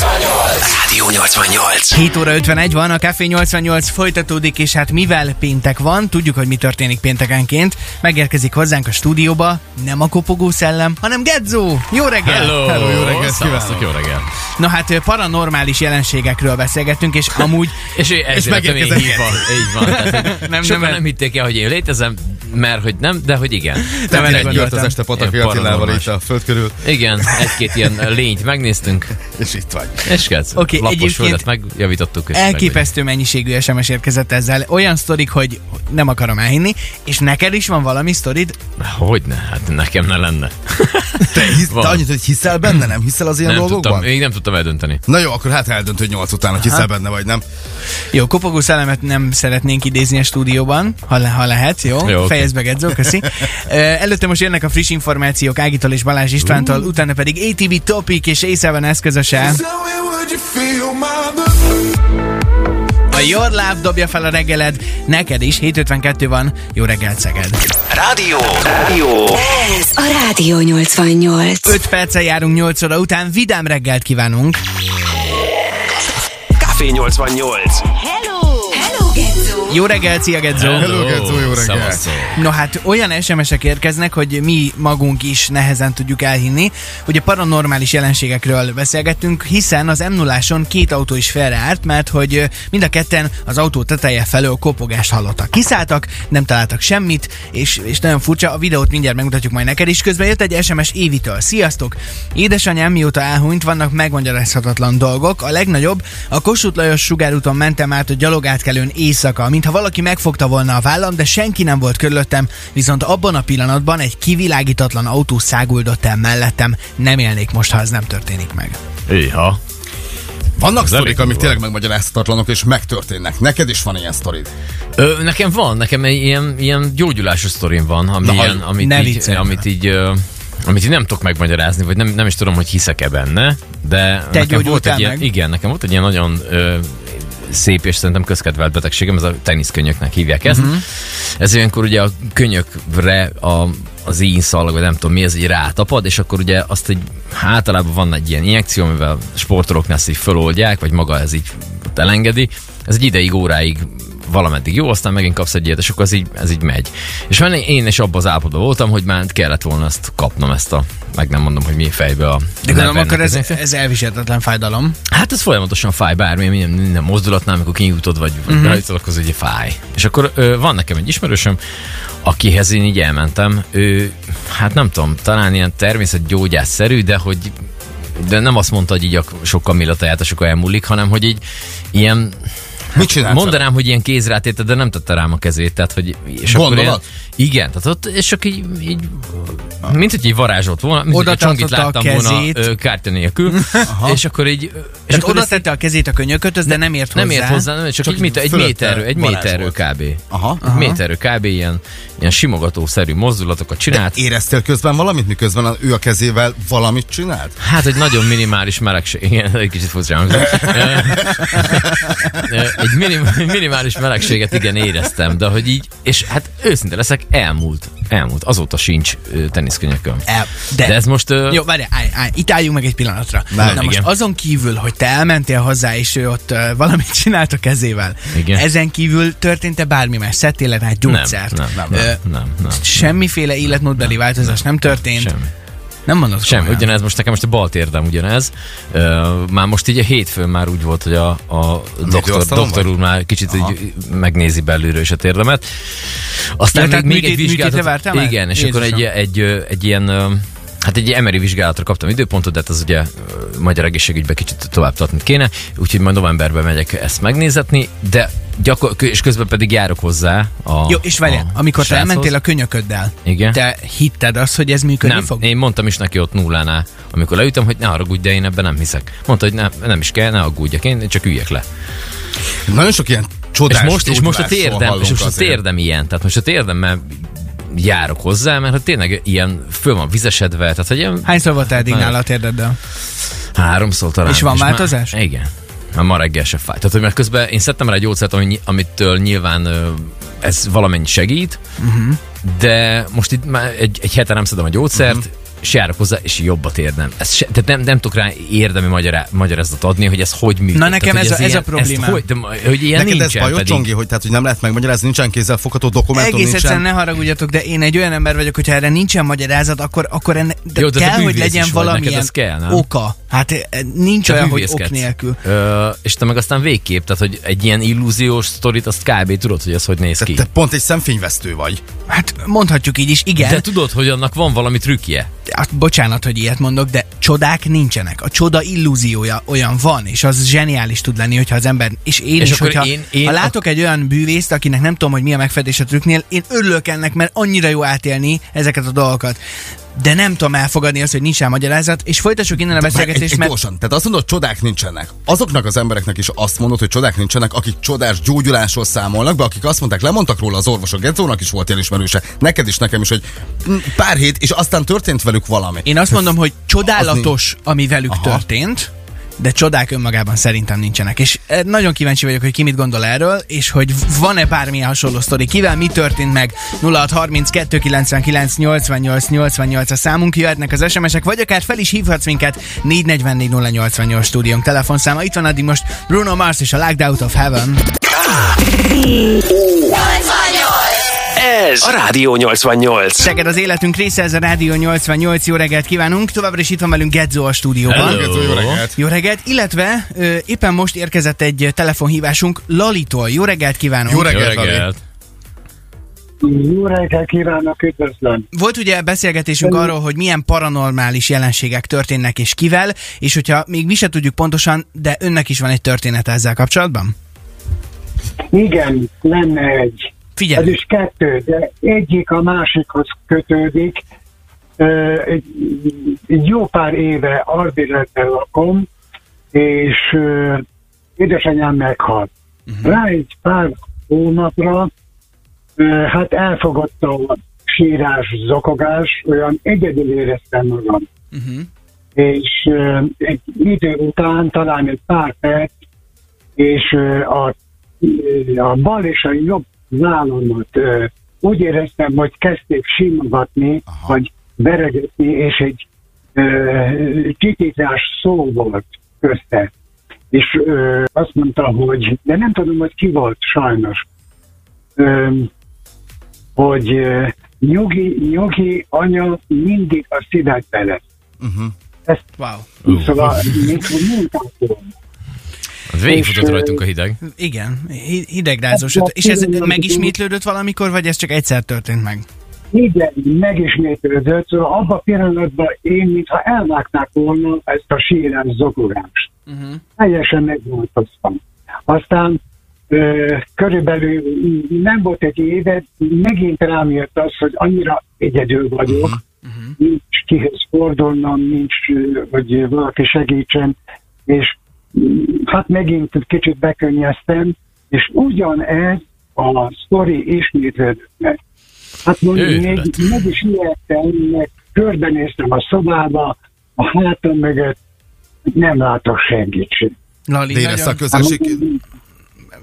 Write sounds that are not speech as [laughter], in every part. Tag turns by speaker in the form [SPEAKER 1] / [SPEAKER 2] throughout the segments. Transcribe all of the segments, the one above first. [SPEAKER 1] Rádió 88.
[SPEAKER 2] 7 óra 51 van, a Café 88 folytatódik, és hát mivel péntek van, tudjuk, hogy mi történik péntekenként. Megérkezik hozzánk a stúdióba, nem a kopogó szellem, hanem Gedzó! Jó reggel!
[SPEAKER 3] Hello, jó reggelt
[SPEAKER 4] Szevasztok,
[SPEAKER 3] kívánok!
[SPEAKER 4] jó reggel.
[SPEAKER 2] Na hát ö, paranormális jelenségekről beszélgettünk, és amúgy
[SPEAKER 4] És, ő- ezért lettem én
[SPEAKER 3] megérkezett.
[SPEAKER 4] hívva. Így van. Tehát, [laughs] hogy
[SPEAKER 2] Nem,
[SPEAKER 4] nem, sokan
[SPEAKER 2] nem,
[SPEAKER 4] nem,
[SPEAKER 2] nem.
[SPEAKER 4] hitték el, hogy én létezem, mert hogy nem, de hogy igen.
[SPEAKER 2] nem
[SPEAKER 4] Direkt
[SPEAKER 2] erre
[SPEAKER 3] Jött az
[SPEAKER 2] Gondoltam.
[SPEAKER 3] este Pataki
[SPEAKER 4] Ilyen
[SPEAKER 3] Attilával
[SPEAKER 4] paranormális.
[SPEAKER 3] itt a föld körül,
[SPEAKER 4] Igen, egy-két ilyen lényt megnéztünk,
[SPEAKER 3] és itt vagy.
[SPEAKER 4] és kezd.
[SPEAKER 2] Oké,
[SPEAKER 4] Okay,
[SPEAKER 2] egyébként
[SPEAKER 4] Lapos földet megjavítottuk. és meg
[SPEAKER 2] elképesztő mennyiségű SMS érkezett ezzel. Olyan sztorik, hogy nem akarom elhinni, és neked is van valami sztorid?
[SPEAKER 4] vagyunk. Hogyne, hát nekem ne lenne.
[SPEAKER 3] Te, hisz, te
[SPEAKER 4] Van.
[SPEAKER 3] annyit, hogy hiszel benne, nem hiszel az ilyen
[SPEAKER 4] Nem tudtam, Hát-
[SPEAKER 3] dolgokban?
[SPEAKER 4] még nem tudtam eldönteni.
[SPEAKER 3] Na jó, akkor hát eldönt, hogy nyolc után, hogy hiszel benne vagy, nem?
[SPEAKER 2] Jó, kopogó szellemet nem szeretnénk idézni a stúdióban, ha, le, ha lehet, jó?
[SPEAKER 4] Jó,
[SPEAKER 2] jó
[SPEAKER 4] oké.
[SPEAKER 2] Fejezd be, Gedzó,
[SPEAKER 4] [laughs]
[SPEAKER 2] köszi. Ö, Előtte most jönnek a friss információk Ágitól és Balázs Istvántól,
[SPEAKER 4] Uh.
[SPEAKER 2] utána pedig ATV Topic és Észre van eszközöse. A Your Love dobja fel a reggeled, neked is, 7.52 van, jó reggelt Szeged.
[SPEAKER 1] Rádió. Rádió.
[SPEAKER 5] Ez a Rádió 88.
[SPEAKER 2] 5 perccel járunk 8 óra után, vidám reggelt kívánunk.
[SPEAKER 1] Café 88.
[SPEAKER 5] Hello! Hello, Getzo!
[SPEAKER 2] Jó reggelt, szia Gedzó!
[SPEAKER 3] Hello, Gedzó, jó reggel.
[SPEAKER 4] szevasztok.
[SPEAKER 2] No hát olyan SMS-ek érkeznek, hogy mi magunk is nehezen tudjuk elhinni, hogy a paranormális jelenségekről beszélgettünk, hiszen az m 0 két autó is felreárt, mert hogy ö, mind a ketten az autó teteje felől kopogást hallottak. Kiszálltak, nem találtak semmit, és, és nagyon furcsa, a videót mindjárt megmutatjuk majd neked is. Közben jött egy SMS Évitől. Sziasztok! Édesanyám mióta elhunyt, vannak megmagyarázhatatlan dolgok. A legnagyobb, a Kossuth Lajos sugárúton mentem át a gyalogátkelőn éjszaka, mintha valaki megfogta volna a vállam, de senki nem volt körülöttem, viszont abban a pillanatban egy kivilágítatlan autó száguldott el mellettem. Nem élnék most, ha ez nem történik meg.
[SPEAKER 4] Iha.
[SPEAKER 3] Vannak
[SPEAKER 4] Ez
[SPEAKER 3] sztorik,
[SPEAKER 4] elég
[SPEAKER 3] amik
[SPEAKER 4] durva.
[SPEAKER 3] tényleg megmagyarázhatatlanok, és megtörténnek. Neked is van ilyen sztorid.
[SPEAKER 4] Ö, nekem van, nekem egy ilyen, ilyen gyógyulásos sztorim van, ami
[SPEAKER 3] Na,
[SPEAKER 4] ilyen,
[SPEAKER 3] ha-
[SPEAKER 4] amit,
[SPEAKER 2] ne
[SPEAKER 4] így,
[SPEAKER 2] viccelj.
[SPEAKER 4] amit így... Ö, amit így nem tudok megmagyarázni, vagy nem, nem is tudom, hogy hiszek-e benne, de
[SPEAKER 2] Te
[SPEAKER 4] nekem volt
[SPEAKER 2] gyógyultál
[SPEAKER 4] egy ilyen,
[SPEAKER 2] meg?
[SPEAKER 4] igen, nekem volt egy ilyen nagyon ö, szép és szerintem közkedvelt betegségem, ez a teniszkönyöknek hívják
[SPEAKER 2] Mhm.
[SPEAKER 4] ezt. Uh-huh. Ez ilyenkor ugye a könyökre a, az ínszalag, vagy nem tudom mi, ez így rátapad, és akkor ugye azt egy, általában van egy ilyen injekció, amivel sportolóknál ezt így föloldják, vagy maga ez így elengedi. Ez egy ideig, óráig valameddig jó, aztán megint kapsz egy ilyet, és akkor ez így, ez így megy. És van én is abban az állapotban voltam, hogy már kellett volna ezt kapnom, ezt a, meg nem mondom, hogy mi fejbe a...
[SPEAKER 2] De gondolom,
[SPEAKER 4] neve
[SPEAKER 2] akkor ez,
[SPEAKER 4] ennek az
[SPEAKER 2] ez elviselhetetlen fájdalom.
[SPEAKER 4] Hát ez folyamatosan fáj bármilyen, minden, minden mozdulatnál, amikor kinyújtod, vagy uh-huh. beállítod, akkor az ugye fáj. És akkor ö, van nekem egy ismerősöm, akihez én így elmentem, ő, hát nem tudom, talán ilyen természetgyógyászszerű, de hogy de nem azt mondta, hogy így a sokkal millatajátosokkal elmúlik, hanem hogy így ilyen
[SPEAKER 3] Mit csinálsz?
[SPEAKER 4] Mondanám, hogy ilyen kézrátéte, de nem tette rám a kezét. Tehát, hogy, és akkor
[SPEAKER 3] Gondolat?
[SPEAKER 4] ilyen, igen, tehát ott, és csak így, így mint hogy így varázsolt volna, mint
[SPEAKER 2] Oda
[SPEAKER 4] hogy a csongit
[SPEAKER 2] tartotta a
[SPEAKER 4] láttam volna
[SPEAKER 2] kezét.
[SPEAKER 4] ö, kártya nélkül, és akkor így... ö, És
[SPEAKER 2] Tehát
[SPEAKER 4] akkor
[SPEAKER 2] oda
[SPEAKER 4] ezt így-
[SPEAKER 2] tette a kezét a könyökötöz, de nem ért
[SPEAKER 4] nem
[SPEAKER 2] hozzá.
[SPEAKER 4] ért hozzá, nem, csak,
[SPEAKER 3] Csak
[SPEAKER 4] csak egy, méter, egy
[SPEAKER 3] fölötte
[SPEAKER 4] méterről, egy
[SPEAKER 3] varázs
[SPEAKER 4] méterről
[SPEAKER 3] volt.
[SPEAKER 4] kb.
[SPEAKER 3] Aha.
[SPEAKER 4] Egy méterről kb. ilyen, ilyen simogatószerű mozdulatokat csinált.
[SPEAKER 3] Éreztél közben valamit, miközben a- ő a kezével valamit csinált?
[SPEAKER 4] Hát egy nagyon minimális melegség. Igen, egy kicsit furcsa hangzott. Ö, egy minim, minimális melegséget igen éreztem, de hogy így, és hát őszinte leszek, elmúlt. Elmúlt. Azóta sincs ö, teniszkönyököm.
[SPEAKER 2] El, de,
[SPEAKER 4] De ez most... Ö,
[SPEAKER 2] Jó, várjál, állj, állj, itt álljunk meg egy pillanatra. Na,
[SPEAKER 3] Na,
[SPEAKER 2] Na
[SPEAKER 4] igen.
[SPEAKER 2] most azon kívül, hogy te elmentél hozzá, és ő ott uh, valamit csinált a kezével,
[SPEAKER 4] Igen.
[SPEAKER 2] ezen kívül történt-e bármi más? Szedtél-e rá
[SPEAKER 4] nem,
[SPEAKER 2] gyógyszert?
[SPEAKER 4] nem, nem,
[SPEAKER 2] Ö,
[SPEAKER 4] nem, nem, nem.
[SPEAKER 2] Semmiféle életmódbeli változás nem történt?
[SPEAKER 4] Semmi.
[SPEAKER 2] Nem mondod
[SPEAKER 4] Sem,
[SPEAKER 2] komolyan?
[SPEAKER 4] ugyanez most nekem most a bal térdem ugyanez. Ö, már most így a hétfőn már úgy volt, hogy a, a doktor,
[SPEAKER 3] asztalon
[SPEAKER 4] doktor
[SPEAKER 3] vagy?
[SPEAKER 4] úr már kicsit így megnézi belülről is a térdemet.
[SPEAKER 2] Ja,
[SPEAKER 4] Aztán
[SPEAKER 2] tehát
[SPEAKER 4] még, még egy
[SPEAKER 2] műtét-
[SPEAKER 4] vizsgálatot.
[SPEAKER 2] műtétre vártál már?
[SPEAKER 4] igen, és akkor egy,
[SPEAKER 2] Jézusom.
[SPEAKER 4] egy, ö, egy ilyen ö, Hát egy emeri vizsgálatra kaptam időpontot, de hát az ugye ö, magyar egészségügybe kicsit tovább tartani kéne, úgyhogy majd novemberben megyek ezt megnézetni, de gyakor- és közben pedig járok hozzá a
[SPEAKER 2] Jó, és várjál,
[SPEAKER 4] a
[SPEAKER 2] amikor te
[SPEAKER 4] sráchoz.
[SPEAKER 2] elmentél a könyököddel,
[SPEAKER 4] Igen.
[SPEAKER 2] te hitted azt, hogy ez működni
[SPEAKER 4] nem,
[SPEAKER 2] fog?
[SPEAKER 4] én mondtam is neki ott nullánál, amikor leütem, hogy ne haragudj, de én ebben nem hiszek. Mondta, hogy nem, nem is kell, ne aggódjak, én csak üljek le.
[SPEAKER 3] Nagyon sok ilyen
[SPEAKER 4] És
[SPEAKER 3] csodás
[SPEAKER 4] most, és most a
[SPEAKER 3] gyógyulásról
[SPEAKER 4] térdem, és
[SPEAKER 3] hallunk
[SPEAKER 4] most a
[SPEAKER 3] azért.
[SPEAKER 4] térdem ilyen, tehát most a térdemmel járok hozzá, mert hát tényleg ilyen föl van vizesedve, tehát hogy ilyen
[SPEAKER 2] Hányszor volt eddig
[SPEAKER 4] Nagyon.
[SPEAKER 2] nála a térdeddel?
[SPEAKER 4] háromszor talán.
[SPEAKER 2] És van
[SPEAKER 4] már-
[SPEAKER 2] változás?
[SPEAKER 4] igen. Már ma reggel se fáj. Tehát, hogy mert közben én szedtem rá egy gyógyszert, ami, ny- amitől nyilván ö,
[SPEAKER 2] Mhm. Mhm.
[SPEAKER 4] ez valamennyi segít, uh-huh. de most itt már egy, egy hete nem szedem a gyógyszert, uh-huh. és járok hozzá, és jobbat érdem. Ez se, tehát nem, nem tudok rá érdemi magyará, magyarázatot adni, hogy ez hogy működik.
[SPEAKER 2] Na, nekem
[SPEAKER 4] tehát,
[SPEAKER 2] ez a-
[SPEAKER 4] hogy
[SPEAKER 2] ez a
[SPEAKER 4] ilyen-
[SPEAKER 2] problémám.
[SPEAKER 4] Ezt, hogy, de, ma- hogy ilyen
[SPEAKER 3] Neked ez
[SPEAKER 4] nincsen
[SPEAKER 3] bajod,
[SPEAKER 4] pedig.
[SPEAKER 3] Csongi, hogy, tehát, hogy nem lehet megmagyarázni, nincsen kézzelfogható dokumentum,
[SPEAKER 2] Egész
[SPEAKER 3] nincsen...
[SPEAKER 2] egyszerűen ne haragudjatok, de én egy olyan ember vagyok, hogyha erre nincsen magyarázat, akkor, akkor enne, de
[SPEAKER 4] Jó,
[SPEAKER 2] Jó,
[SPEAKER 4] de
[SPEAKER 2] de
[SPEAKER 4] te
[SPEAKER 2] kell, hogy
[SPEAKER 4] művész
[SPEAKER 2] legyen
[SPEAKER 4] is vagy, neked
[SPEAKER 2] valamilyen
[SPEAKER 4] ez kell, nem?
[SPEAKER 2] oka. Hát eh, nincs
[SPEAKER 4] Te
[SPEAKER 2] olyan, hogy ok
[SPEAKER 4] hülyészkedsz.
[SPEAKER 2] nélkül.
[SPEAKER 4] Ö, és te meg aztán végképp, tehát hogy egy ilyen illúziós sztorit, azt kb. tudod, hogy ez hogy néz
[SPEAKER 3] Te,
[SPEAKER 4] ki.
[SPEAKER 3] te pont egy szemfényvesztő vagy.
[SPEAKER 2] Hát mondhatjuk így is, igen.
[SPEAKER 4] De tudod, hogy annak van valami trükkje.
[SPEAKER 2] hát, bocsánat, hogy ilyet mondok, de csodák nincsenek. A csoda illúziója olyan van, és az zseniális tud lenni, hogyha az ember, és én
[SPEAKER 4] És
[SPEAKER 2] is,
[SPEAKER 4] akkor
[SPEAKER 2] hogyha
[SPEAKER 4] én- én
[SPEAKER 2] ha
[SPEAKER 4] a-
[SPEAKER 2] látok egy olyan bűvészt, akinek nem tudom, hogy mi a megfedés a trükknél, én örülök ennek, mert annyira jó átélni ezeket a dolgokat. De nem tudom elfogadni azt, hogy nincs rá magyarázat, és folytassuk innen a
[SPEAKER 3] Egy, egy
[SPEAKER 2] beszélgetést, mert
[SPEAKER 3] gyorsan. Tehát azt mondod, hogy csodák nincsenek. Azoknak az embereknek is azt mondod, hogy csodák nincsenek, akik csodás gyógyulásról számolnak be, akik azt mondták, lemondtak róla az orvosok. Gedzónak is volt ilyen ismerőse, neked is, nekem is, hogy mm, pár hét, és aztán történt velük valami.
[SPEAKER 2] Én azt mondom, hogy csodálatos,
[SPEAKER 3] nincs.
[SPEAKER 2] ami velük
[SPEAKER 3] Aha.
[SPEAKER 2] történt, de csodák önmagában szerintem nincsenek. És eh, nagyon kíváncsi vagyok, hogy ki mit gondol erről, és hogy van-e bármilyen hasonló sztori, kivel mi történt meg. 0632 99 88 88 a számunk, jöhetnek az SMS-ek, vagy akár fel is hívhatsz minket 444 088 stúdiónk telefonszáma. Itt van addig most Bruno Mars és a Locked Out of Heaven.
[SPEAKER 1] Ez a Rádió 88.
[SPEAKER 2] Seged az életünk része, ez a Rádió 88. Jó reggelt kívánunk. Továbbra is itt van velünk Gedzo a stúdióban.
[SPEAKER 4] Hello.
[SPEAKER 3] Gedzó, jó reggelt.
[SPEAKER 2] Jó reggelt, illetve ö, éppen most érkezett egy ö, telefonhívásunk Lalitól. Jó reggelt kívánok!
[SPEAKER 3] Jó reggelt, Lali.
[SPEAKER 6] Jó reggelt kívánok, üdvözlöm!
[SPEAKER 2] Volt ugye beszélgetésünk arról, hogy milyen paranormális jelenségek történnek és kivel, és hogyha még mi se tudjuk pontosan, de önnek is van egy története ezzel kapcsolatban?
[SPEAKER 6] Igen, lenne egy. Ez
[SPEAKER 2] Figyelj!
[SPEAKER 6] is kettő, de egyik a másikhoz kötődik. Ö, Egy egy jó pár éve Arbilletben lakom, és ö, édesanyám meghalt. Rá egy pár hónapra, ö, hát elfogott a sírás, zokogás, olyan egyedül éreztem magam. és ö, egy idő után, talán egy pár perc, és ö, a, ö, a bal és a jobb vállamat ö, úgy éreztem, hogy kezdték simogatni,
[SPEAKER 3] Aha.
[SPEAKER 6] vagy veregetni, és egy ö, titítás szó volt közte. És ö, azt mondta, hogy, de nem tudom, hogy ki volt sajnos, ö, hogy ö, nyugi, nyugi anya mindig a szívedbe lesz.
[SPEAKER 2] Wow.
[SPEAKER 6] Szóval mit mondtam?
[SPEAKER 4] Hát végigfutott
[SPEAKER 6] És, ö,
[SPEAKER 4] rajtunk a hideg.
[SPEAKER 2] Igen, hi- hidegrázós. És ez megismétlődött valamikor, vagy ez csak egyszer történt meg?
[SPEAKER 6] Igen, megismétlődött, szóval abban a pillanatban én, mintha elvágták volna ezt a sírás zogogást.
[SPEAKER 2] Uh-huh.
[SPEAKER 6] Teljesen megváltoztam. Aztán ö, körülbelül nem volt egy éve, megint rám jött az, hogy annyira egyedül vagyok, nincs kihez fordulnom, nincs, ö, hogy valaki segítsen, és mm, hát megint kicsit bekönnyeztem, és ugyanez a sztori ismétlődött meg. Hát mondjuk, még,
[SPEAKER 4] Őrület.
[SPEAKER 6] meg is ijedtem, meg körbenéztem a szobába, a hátam mögött, nem látok senkit sem. Hát,
[SPEAKER 2] Lali,
[SPEAKER 3] De érezte a
[SPEAKER 2] nagyon
[SPEAKER 3] közönség.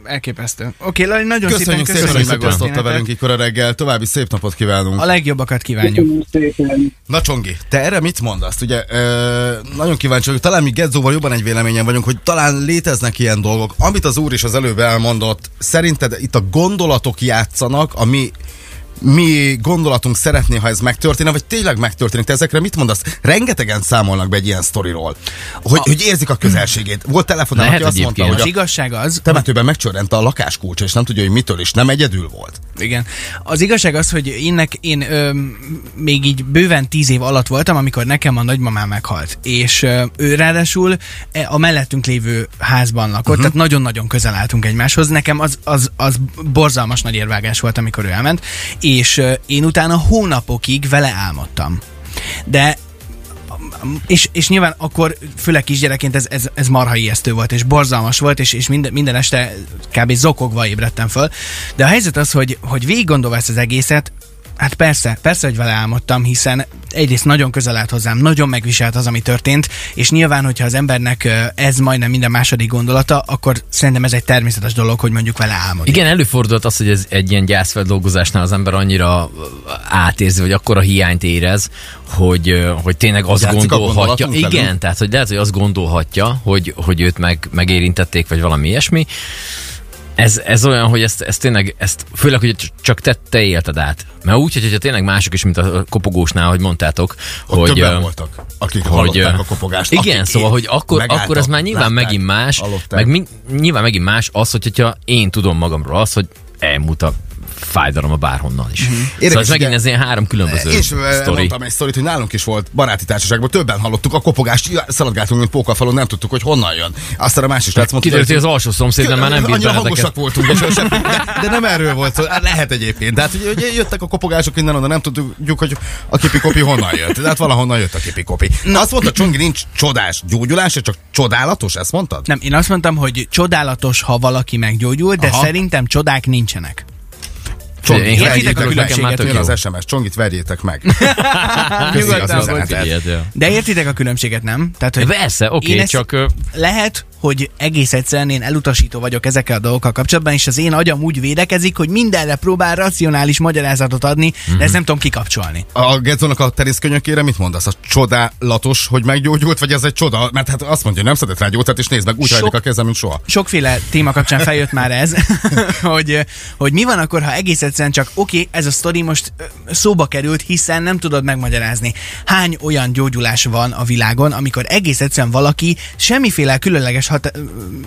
[SPEAKER 2] elképesztő. Oké, Lali, nagyon
[SPEAKER 3] Köszönjük
[SPEAKER 2] szépen
[SPEAKER 3] szépen, hogy
[SPEAKER 2] a
[SPEAKER 3] megosztotta
[SPEAKER 2] történetet.
[SPEAKER 3] velünk ikor a reggel. További szép napot kívánunk.
[SPEAKER 2] A legjobbakat kívánjuk.
[SPEAKER 6] Köszönöm szépen.
[SPEAKER 3] Na Csongi, te erre mit mondasz? Ugye ö, nagyon kíváncsi vagyok, talán mi Gedzóval jobban egy véleményen vagyunk, hogy talán léteznek ilyen dolgok. Amit az úr is az előbb elmondott, szerinted itt a gondolatok játszanak, ami mi gondolatunk szeretné, ha ez megtörténne, vagy tényleg megtörténik. Te ezekre mit mondasz? Rengetegen számolnak be egy ilyen sztoriról, hogy, a... hogy érzik a közelségét. Volt telefonál,
[SPEAKER 4] Lehet
[SPEAKER 3] aki azt mondta,
[SPEAKER 4] egyébként.
[SPEAKER 3] hogy
[SPEAKER 2] Az
[SPEAKER 3] a
[SPEAKER 2] igazság az,
[SPEAKER 3] temetőben megcsörrent a lakáskulcs, és nem tudja, hogy mitől, és nem egyedül volt.
[SPEAKER 2] Igen. Az igazság az, hogy énnek én ö, még így bőven tíz év alatt voltam, amikor nekem a nagymamám meghalt. És ö, ő ráadásul e, a mellettünk lévő házban lakott, uh-huh. tehát nagyon-nagyon közel álltunk egymáshoz. Nekem az, az, az borzalmas nagy érvágás volt, amikor ő elment, és ö, én utána hónapokig vele álmodtam. De és, és nyilván akkor, főleg kisgyerekként ez, ez, ez marha ijesztő volt, és borzalmas volt, és, és minden, minden este kb. zokogva ébredtem föl. De a helyzet az, hogy, hogy végig gondolva ezt az egészet, Hát persze, persze, hogy vele álmodtam, hiszen egyrészt nagyon közel állt hozzám, nagyon megviselt az, ami történt, és nyilván, hogyha az embernek ö, ez majdnem minden második gondolata, akkor szerintem ez egy természetes dolog, hogy mondjuk vele álmodik.
[SPEAKER 4] Igen, előfordulhat az, hogy ez egy ilyen gyászfeldolgozásnál az ember annyira ö, átérzi, vagy akkora hiányt érez, hogy, ö, hogy tényleg azt
[SPEAKER 3] Játszik a
[SPEAKER 4] gondolhatja.
[SPEAKER 3] gondolatunk velünk?
[SPEAKER 4] Igen, tehát hogy lehet, hogy azt gondolhatja, hogy, hogy őt meg, megérintették, vagy valami ilyesmi. Ez, ez olyan, hogy ezt, ezt tényleg, ezt, főleg, hogy c- csak te, te élted át. Mert úgy, hogy- hogyha tényleg mások is, mint a kopogósnál, hogy mondtátok,
[SPEAKER 3] Ott
[SPEAKER 4] hogy...
[SPEAKER 3] többen
[SPEAKER 4] ö,
[SPEAKER 3] voltak, akik hallották a kopogást.
[SPEAKER 4] Igen,
[SPEAKER 3] akik
[SPEAKER 4] szóval, hogy akkor,
[SPEAKER 3] megálltak,
[SPEAKER 4] akkor ez már nyilván
[SPEAKER 3] látták,
[SPEAKER 4] megint más,
[SPEAKER 3] hallották.
[SPEAKER 4] meg mi, nyilván megint más az, hogy- hogyha én tudom magamról azt, hogy elmúlt a fájdalom a bárhonnan is. Mm-hmm. Szóval ez
[SPEAKER 3] Mhm. Érdekes,
[SPEAKER 4] megint
[SPEAKER 3] ugye-
[SPEAKER 4] ez ilyen három különböző
[SPEAKER 3] És ö,
[SPEAKER 4] sztori.
[SPEAKER 3] mondtam egy sztorit, hogy nálunk is volt baráti társaságban, többen hallottuk, a kopogást já- szaladgáltunk, mint pókafalon, nem tudtuk, hogy honnan jön. Aztán a másik srác mondta,
[SPEAKER 4] Kiderült, hogy az alsó szomszédem már nem bírt
[SPEAKER 3] Annyira
[SPEAKER 4] benneteket.
[SPEAKER 3] hangosak voltunk, és sem, de, de, nem erről volt szó, Hát lehet egyébként. Tehát hogy, hogy jöttek a kopogások innen onnan, nem tudjuk, hogy a kipikopi honnan jött. Tehát valahonnan jött a kipikopi. Na. Azt mondta, Csongi, nincs csodás gyógyulás, ez csak csodálatos, ezt mondtad?
[SPEAKER 2] Nem, én azt mondtam, hogy csodálatos, ha valaki meggyógyul, de
[SPEAKER 3] Aha.
[SPEAKER 2] szerintem csodák nincsenek.
[SPEAKER 4] Én
[SPEAKER 3] Csongit,
[SPEAKER 4] hitek
[SPEAKER 2] a
[SPEAKER 3] verjétek meg,
[SPEAKER 2] különbséget,
[SPEAKER 4] nekem már
[SPEAKER 3] jön
[SPEAKER 4] tök
[SPEAKER 3] az SMS, Csongit, verjétek meg.
[SPEAKER 4] Hát,
[SPEAKER 3] Köszi az
[SPEAKER 2] Nyugodtan,
[SPEAKER 3] üzenetet.
[SPEAKER 4] Ilyet, ja.
[SPEAKER 2] De értitek a különbséget, nem? Tehát, hogy
[SPEAKER 4] Persze, oké,
[SPEAKER 2] Én
[SPEAKER 4] okay,
[SPEAKER 2] ezt-
[SPEAKER 4] csak ö,
[SPEAKER 2] lehet, hogy egész egyszerűen én elutasító vagyok ezekkel a dolgokkal kapcsolatban, és az én agyam úgy védekezik, hogy mindenre próbál racionális magyarázatot adni, de
[SPEAKER 4] Mhm.
[SPEAKER 2] ezt nem tudom kikapcsolni.
[SPEAKER 3] A Gedzónak a terészkönyökére mit mondasz? A csodálatos, hogy meggyógyult, vagy ez egy csoda? Mert hát azt mondja, nem szedett rá gyógyszert, és nézd meg, úgy
[SPEAKER 2] Sok-
[SPEAKER 3] hajlik a kezem, mint soha.
[SPEAKER 2] Sokféle téma kapcsán feljött már
[SPEAKER 3] [laughs]
[SPEAKER 2] ez, hogy, hogy mi van akkor, ha egész egyszerűen csak oké, okay, ez a sztori most ö, szóba került, hiszen nem tudod megmagyarázni. Hány olyan gyógyulás van a világon, amikor egész egyszerűen valaki semmiféle különleges hat, ö,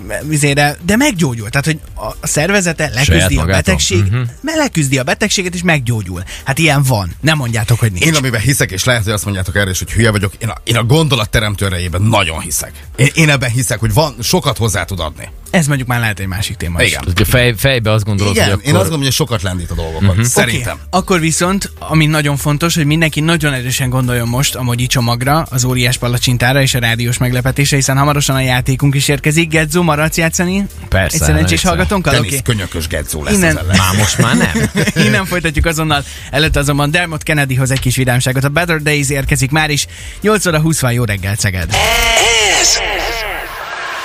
[SPEAKER 2] ö, izére, de meggyógyul. Tehát, hogy a- a szervezete leküzdi a
[SPEAKER 4] magától.
[SPEAKER 2] betegség,
[SPEAKER 3] Mhm.
[SPEAKER 2] uh-huh. leküzdi a betegséget, és meggyógyul. Hát ilyen van. Nem mondjátok, hogy nincs.
[SPEAKER 3] Én amiben hiszek, és lehet, hogy azt mondjátok erre is, hogy hülye vagyok, én a, én a gondolatteremtő erejében nagyon hiszek. Én, én ebben hiszek, hogy van, sokat hozzá tud adni.
[SPEAKER 2] Ez mondjuk már lehet egy másik téma is.
[SPEAKER 3] Igen.
[SPEAKER 4] hogyha fej, fejbe azt gondolod,
[SPEAKER 3] Igen,
[SPEAKER 4] hogy
[SPEAKER 3] én
[SPEAKER 4] akkor...
[SPEAKER 3] azt gondolom, hogy sokat lendít a dolgokat. Uh-huh. Szerintem.
[SPEAKER 2] Oké, Akkor viszont, ami nagyon fontos, hogy mindenki nagyon erősen gondoljon most a Mogyi csomagra, az óriás palacsintára és a rádiós meglepetése, hiszen hamarosan a játékunk is érkezik. Gedzó, maradsz játszani?
[SPEAKER 4] Persze,
[SPEAKER 2] Egy szerencsés
[SPEAKER 4] egyszer.
[SPEAKER 2] hallgatónkkal?
[SPEAKER 3] Tenisz
[SPEAKER 2] Oké.
[SPEAKER 3] könyökös gedzó lesz
[SPEAKER 2] Innen-
[SPEAKER 3] Innen. ezzel.
[SPEAKER 4] Már most már nem.
[SPEAKER 2] [laughs]
[SPEAKER 3] [laughs]
[SPEAKER 2] Innen folytatjuk azonnal. Előtt azonban Dermot Kennedyhoz egy kis vidámságot. A Better Days érkezik már is. 8 óra 20 van, jó reggel, Szeged!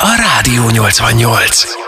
[SPEAKER 1] A Rádió 88.